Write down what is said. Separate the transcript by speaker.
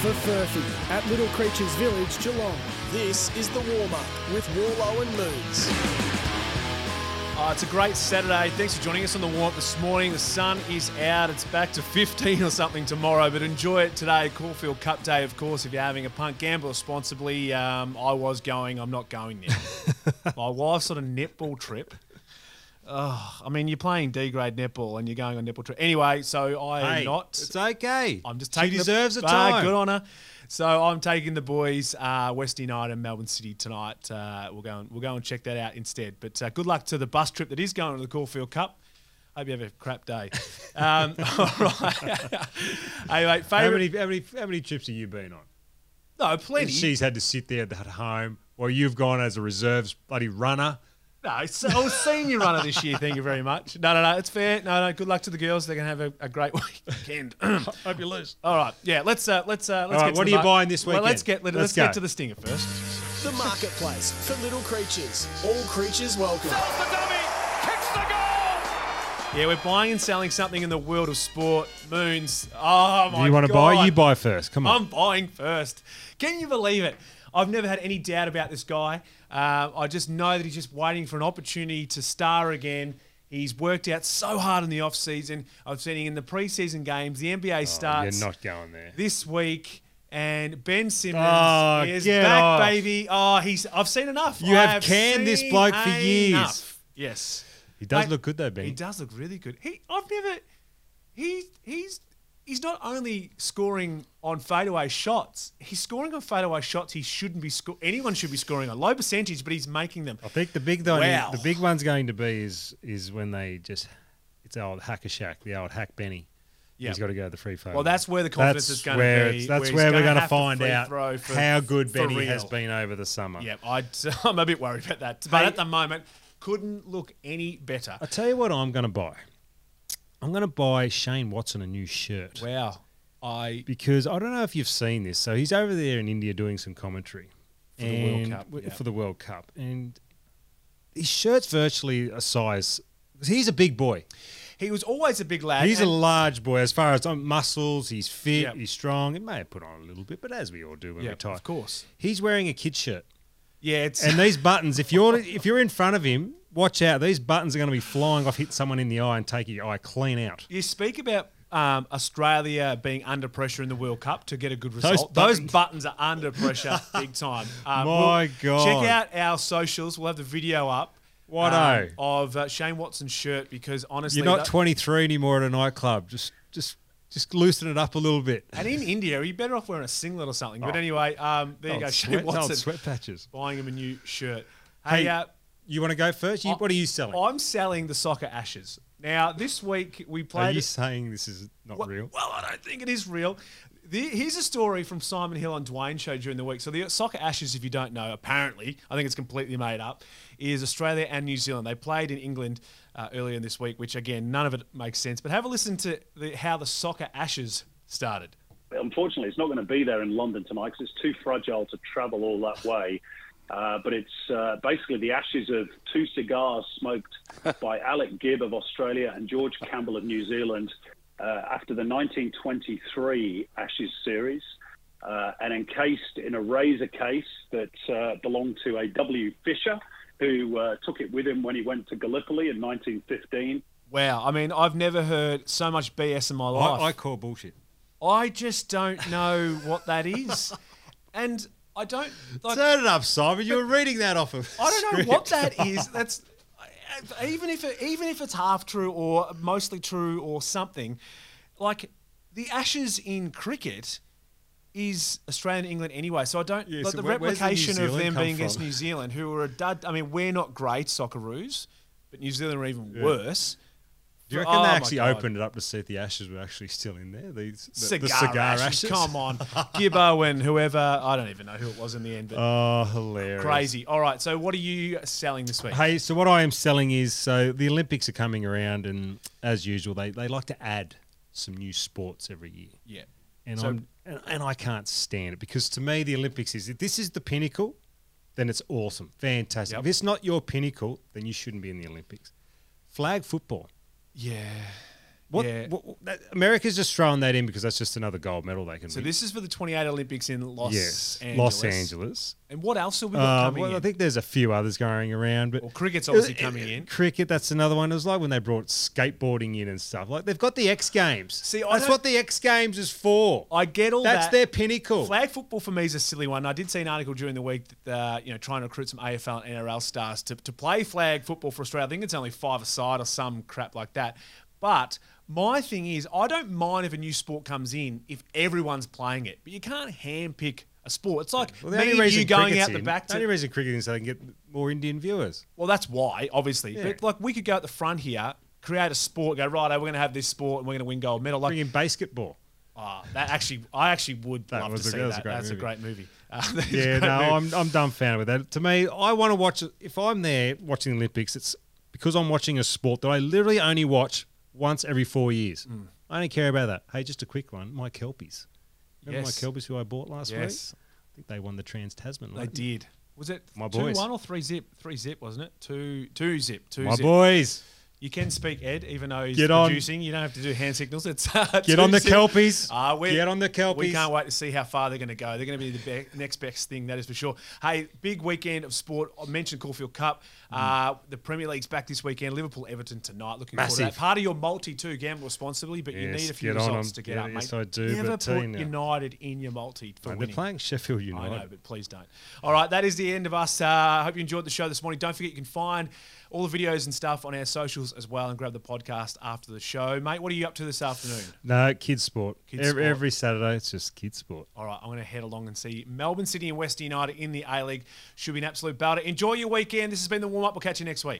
Speaker 1: for Furphy at Little Creatures Village, Geelong.
Speaker 2: This is the warm up with Warlow and Moons.
Speaker 3: Uh, it's a great Saturday. Thanks for joining us on the warm up this morning. The sun is out. It's back to 15 or something tomorrow, but enjoy it today. Caulfield Cup Day, of course. If you're having a punt, gamble responsibly. Um, I was going. I'm not going now. My wife's on a netball trip. Oh, I mean, you're playing D grade netball and you're going on netball trip. Anyway, so I am
Speaker 4: Hey,
Speaker 3: not.
Speaker 4: It's okay.
Speaker 3: I'm just taking.
Speaker 4: She deserves
Speaker 3: the,
Speaker 4: a time.
Speaker 3: Ah, good on her. So I'm taking the boys uh, West United and Melbourne City tonight. Uh, we'll go and we'll go and check that out instead. But uh, good luck to the bus trip that is going to the Caulfield Cup. Hope you have a crap day. Um, all right. anyway,
Speaker 4: how
Speaker 3: favourite.
Speaker 4: many how many how many trips have you been on?
Speaker 3: no, plenty.
Speaker 4: She's had to sit there at home, or you've gone as a reserves bloody runner.
Speaker 3: No, it's- I was senior runner this year. Thank you very much. No, no, no. It's fair. No, no. Good luck to the girls. They're gonna have a, a great weekend.
Speaker 4: Hope you lose.
Speaker 3: all right. Yeah. Let's uh, let's uh, let's
Speaker 4: All right,
Speaker 3: get. to
Speaker 4: what
Speaker 3: the
Speaker 4: are you
Speaker 3: mar-
Speaker 4: buying this
Speaker 3: Well, let's
Speaker 4: weekend?
Speaker 3: get let, us
Speaker 4: Let's
Speaker 3: get
Speaker 4: go.
Speaker 3: to the stinger first.
Speaker 2: The marketplace for little creatures. All creatures welcome.
Speaker 3: Yeah, we're buying and selling something in the world of sport. Moons. Oh my
Speaker 4: Do you want to buy? You buy first. Come on.
Speaker 3: I'm buying first. Can you believe it? I've never had any doubt about this guy. Uh, I just know that he's just waiting for an opportunity to star again. He's worked out so hard in the off season. I've seen him in the preseason games. The NBA starts
Speaker 4: Oh, You're not going there.
Speaker 3: this week. And Ben Simmons
Speaker 4: Oh,
Speaker 3: is
Speaker 4: get
Speaker 3: back,
Speaker 4: off.
Speaker 3: baby. Oh, he's I've seen enough.
Speaker 4: You
Speaker 3: I
Speaker 4: have canned this
Speaker 3: seen
Speaker 4: bloke for years.
Speaker 3: enough. Yes.
Speaker 4: He does
Speaker 3: Mate,
Speaker 4: look good though, Ben.
Speaker 3: He does look really good. He, I've never, he, he's, he's not only scoring on fadeaway shots. He's scoring on fadeaway shots. He shouldn't be sco- Anyone should be scoring on low percentage, but he's making them.
Speaker 4: I think the big one,
Speaker 3: Wow.
Speaker 4: the big one's going to be is is when they just it's the old hacker shack, the old hack Benny.
Speaker 3: Yeah.
Speaker 4: He's got to go to the free throw.
Speaker 3: Well, that's where the confidence
Speaker 4: That's
Speaker 3: is going
Speaker 4: where
Speaker 3: to be.
Speaker 4: it's- That's
Speaker 3: he's
Speaker 4: where,
Speaker 3: gonna
Speaker 4: we're going to
Speaker 3: have to
Speaker 4: find
Speaker 3: free
Speaker 4: out
Speaker 3: throw for-
Speaker 4: how good
Speaker 3: for
Speaker 4: Benny has
Speaker 3: real.
Speaker 4: been over the summer.
Speaker 3: Yeah, I, am a bit worried about that. But at the moment, couldn't look any better.
Speaker 4: I tell you what, I'm going to buy. I'm going to buy Shane Watson a new shirt
Speaker 3: Wow, I
Speaker 4: because I don't know if you've seen this. So he's over there in India doing some commentary for
Speaker 3: the World Cup, yeah.
Speaker 4: for the World Cup, and his shirt's virtually a size. He's a big boy.
Speaker 3: he was always a big lad.
Speaker 4: He's a
Speaker 3: and-
Speaker 4: large boy as far as um, muscles. He's fit.
Speaker 3: Yep.
Speaker 4: He's strong. It may have put on a little bit, but as we all do when
Speaker 3: Yeah,
Speaker 4: we're tired,
Speaker 3: of course.
Speaker 4: He's wearing a kid shirt,
Speaker 3: yeah, it's
Speaker 4: and these buttons. If you're if you're in front of him, watch out. These buttons are going to be flying off, hit someone in the eye, and take your eye clean out.
Speaker 3: You speak about um, Australia being under pressure in the World Cup to get a good result. Those
Speaker 4: buttons.
Speaker 3: buttons, are under pressure big time. Um,
Speaker 4: My God.
Speaker 3: Check out our socials. We'll have the video up.
Speaker 4: Righto.
Speaker 3: of uh, Shane Watson's shirt because honestly,
Speaker 4: You're not
Speaker 3: that-
Speaker 4: 23 anymore at a nightclub. Just just just loosen it up a little bit.
Speaker 3: and in India, are you better off wearing a singlet or something? But anyway, um, there you
Speaker 4: Old
Speaker 3: go. Shane
Speaker 4: Oh. sweat- old
Speaker 3: Watson
Speaker 4: sweat patches.
Speaker 3: buying him a new shirt.
Speaker 4: Hey,
Speaker 3: Hey, uh,
Speaker 4: you want to go first? You,
Speaker 3: I-
Speaker 4: what are you selling?
Speaker 3: I'm selling the soccer ashes. Now this week we
Speaker 4: are
Speaker 3: played.
Speaker 4: you saying this is not
Speaker 3: Well-
Speaker 4: real?
Speaker 3: Well, I don't think it is real. The, here's a story from Simon Hill on Dwayne show during the week. So the Soccer Ashes, if you don't know, apparently I think it's completely made up, is Australia and New Zealand. They played in England uh, earlier in this week, which again none of it makes sense. But have a listen to the, how the Soccer Ashes started.
Speaker 5: unfortunately, it's not going to be there in London tonight because it's too fragile to travel all that way. Uh, but it's uh, basically the ashes of two cigars smoked by Alec Gibb of Australia and George Campbell of New Zealand uh, after the 1923 Ashes series, uh, and encased in a razor case that uh, belonged to a W. Fisher, who uh, took it with him when he went to Gallipoli in 1915.
Speaker 3: Wow, I mean, I've never heard so much BS in my life.
Speaker 4: I, I call bullshit.
Speaker 3: I just don't know what that is, and I don't. Like,
Speaker 4: Turn it up, Simon. You were reading that off of.
Speaker 3: I don't know what that is. That's even if it, even if it's half true or mostly true or something, like the ashes in cricket is Australia and England anyway. So I don't
Speaker 4: Yeah,
Speaker 3: like
Speaker 4: so
Speaker 3: the
Speaker 4: where- where's the New
Speaker 3: replication of
Speaker 4: Zealand
Speaker 3: them
Speaker 4: come
Speaker 3: being against
Speaker 4: from?
Speaker 3: New Zealand, who are a dud. I mean, we're not great Socceroos, but New Zealand are even worse.
Speaker 4: Do you reckon
Speaker 3: Oh,
Speaker 4: they
Speaker 3: my
Speaker 4: actually
Speaker 3: God.
Speaker 4: opened it up to see if the ashes were actually still in there? These the
Speaker 3: Cigar,
Speaker 4: the cigar
Speaker 3: ashes.
Speaker 4: ashes.
Speaker 3: Come on, Gibbo and whoever. I don't even know who it was in the end, but
Speaker 4: Oh, hilarious.
Speaker 3: crazy. All right, so what are you selling this week?
Speaker 4: Hey, so what I am selling is so the Olympics are coming around, and as usual, they, they like to add some new sports every year.
Speaker 3: yeah.
Speaker 4: And,
Speaker 3: So-
Speaker 4: I'm, and, and I can't stand it because to me, the Olympics is if this is the pinnacle, then it's awesome, fantastic.
Speaker 3: Yep.
Speaker 4: If it's not your pinnacle, then you shouldn't be in the Olympics. Flag football.
Speaker 3: Yeah.
Speaker 4: What,
Speaker 3: Yeah.
Speaker 4: what- that- America's just throwing that in because that's just another gold medal they can
Speaker 3: So
Speaker 4: win.
Speaker 3: this is for the 28 Olympics in Los
Speaker 4: yes,
Speaker 3: Angeles.
Speaker 4: Los Angeles.
Speaker 3: And what else have we got
Speaker 4: Uh,
Speaker 3: coming
Speaker 4: well,
Speaker 3: in?
Speaker 4: I think there's a few others going around, but
Speaker 3: Well, cricket's obviously
Speaker 4: Uh,
Speaker 3: coming
Speaker 4: uh,
Speaker 3: in.
Speaker 4: Cricket, that's another one. It was like when they brought skateboarding in and stuff. Like they've got the X Games.
Speaker 3: See, I
Speaker 4: that's
Speaker 3: don't-
Speaker 4: what the X Games is for.
Speaker 3: I get all
Speaker 4: that's
Speaker 3: that.
Speaker 4: their pinnacle.
Speaker 3: Flag football for me is a silly one. I did see an article during the week that uh, you know trying to recruit some AFL and NRL stars to, to play flag football for Australia. I think it's only five a side or some crap like that. But my thing is, I don't mind if a new sport comes in if everyone's playing it, but you can't handpick a sport. It's like
Speaker 4: Well,
Speaker 3: me and you going
Speaker 4: cricket's
Speaker 3: out the
Speaker 4: in-
Speaker 3: back
Speaker 4: the only
Speaker 3: to.
Speaker 4: reason cricket is so they can get more Indian viewers.
Speaker 3: Well, that's why, obviously.
Speaker 4: Yeah.
Speaker 3: But like we could go at the front here, create a sport, go right. oh, We're going to have this sport and we're going to win gold medal. Like
Speaker 4: Bring in basketball.
Speaker 3: Ah, that actually, I actually would
Speaker 4: That
Speaker 3: love
Speaker 4: was
Speaker 3: to
Speaker 4: a-
Speaker 3: see
Speaker 4: that was a
Speaker 3: that.
Speaker 4: great
Speaker 3: That's a
Speaker 4: movie.
Speaker 3: great movie. Uh, that is a
Speaker 4: Yeah,
Speaker 3: great
Speaker 4: no,
Speaker 3: movie.
Speaker 4: I'm I'm dumbfounded with that. To me, I want to watch. If I'm there watching the Olympics, it's because I'm watching a sport that I literally only watch once every four years. I don't care about that. Hey, just a quick one. My Kelpies. Remember
Speaker 3: Yes.
Speaker 4: my Kelpies who I bought last
Speaker 3: Yes.
Speaker 4: week? I think they won the Trans Tasman.
Speaker 3: They did. Was it
Speaker 4: My
Speaker 3: two
Speaker 4: boys.
Speaker 3: one or three zip? Three zip, wasn't it? Two two zip. Two
Speaker 4: My
Speaker 3: zip.
Speaker 4: boys.
Speaker 3: You can speak Ed, even though he's
Speaker 4: Get on.
Speaker 3: producing. You don't have to do hand signals. It's uh,
Speaker 4: Get
Speaker 3: two
Speaker 4: on the
Speaker 3: zip.
Speaker 4: Kelpies.
Speaker 3: Ah, we-
Speaker 4: Get on the Kelpies.
Speaker 3: We can't wait to see how far they're going to go. They're going to be the be- next best thing, that is for sure. Hey, big weekend of sport. I mentioned Caulfield Cup. Uh, the Premier League's back this weekend. Liverpool, Everton tonight. Looking forward to
Speaker 4: Massive.
Speaker 3: that. Part of your multi too. Gamble responsibly, but you
Speaker 4: Yes,
Speaker 3: need a few
Speaker 4: get on 'em.
Speaker 3: results to get
Speaker 4: Yeah,
Speaker 3: up, mate.
Speaker 4: yes, I do,
Speaker 3: Never
Speaker 4: but
Speaker 3: put
Speaker 4: Tina-
Speaker 3: United in your multi for
Speaker 4: And They're
Speaker 3: winning.
Speaker 4: playing Sheffield
Speaker 3: I
Speaker 4: United.
Speaker 3: know, but please don't. All right, that is the end of us. Uh, I hope you enjoyed the show this morning. Don't forget you can find all the videos and stuff on our socials as well and grab the podcast after the show. Mate, what are you up to this afternoon?
Speaker 4: No, kids sport.
Speaker 3: Kids
Speaker 4: every,
Speaker 3: sport.
Speaker 4: every Saturday, it's just kids sport.
Speaker 3: All right, I'm going to head along and see Melbourne City and West United in the A League. Should be an absolute belter. Enjoy your weekend. This has been the warm up. We'll catch you next week.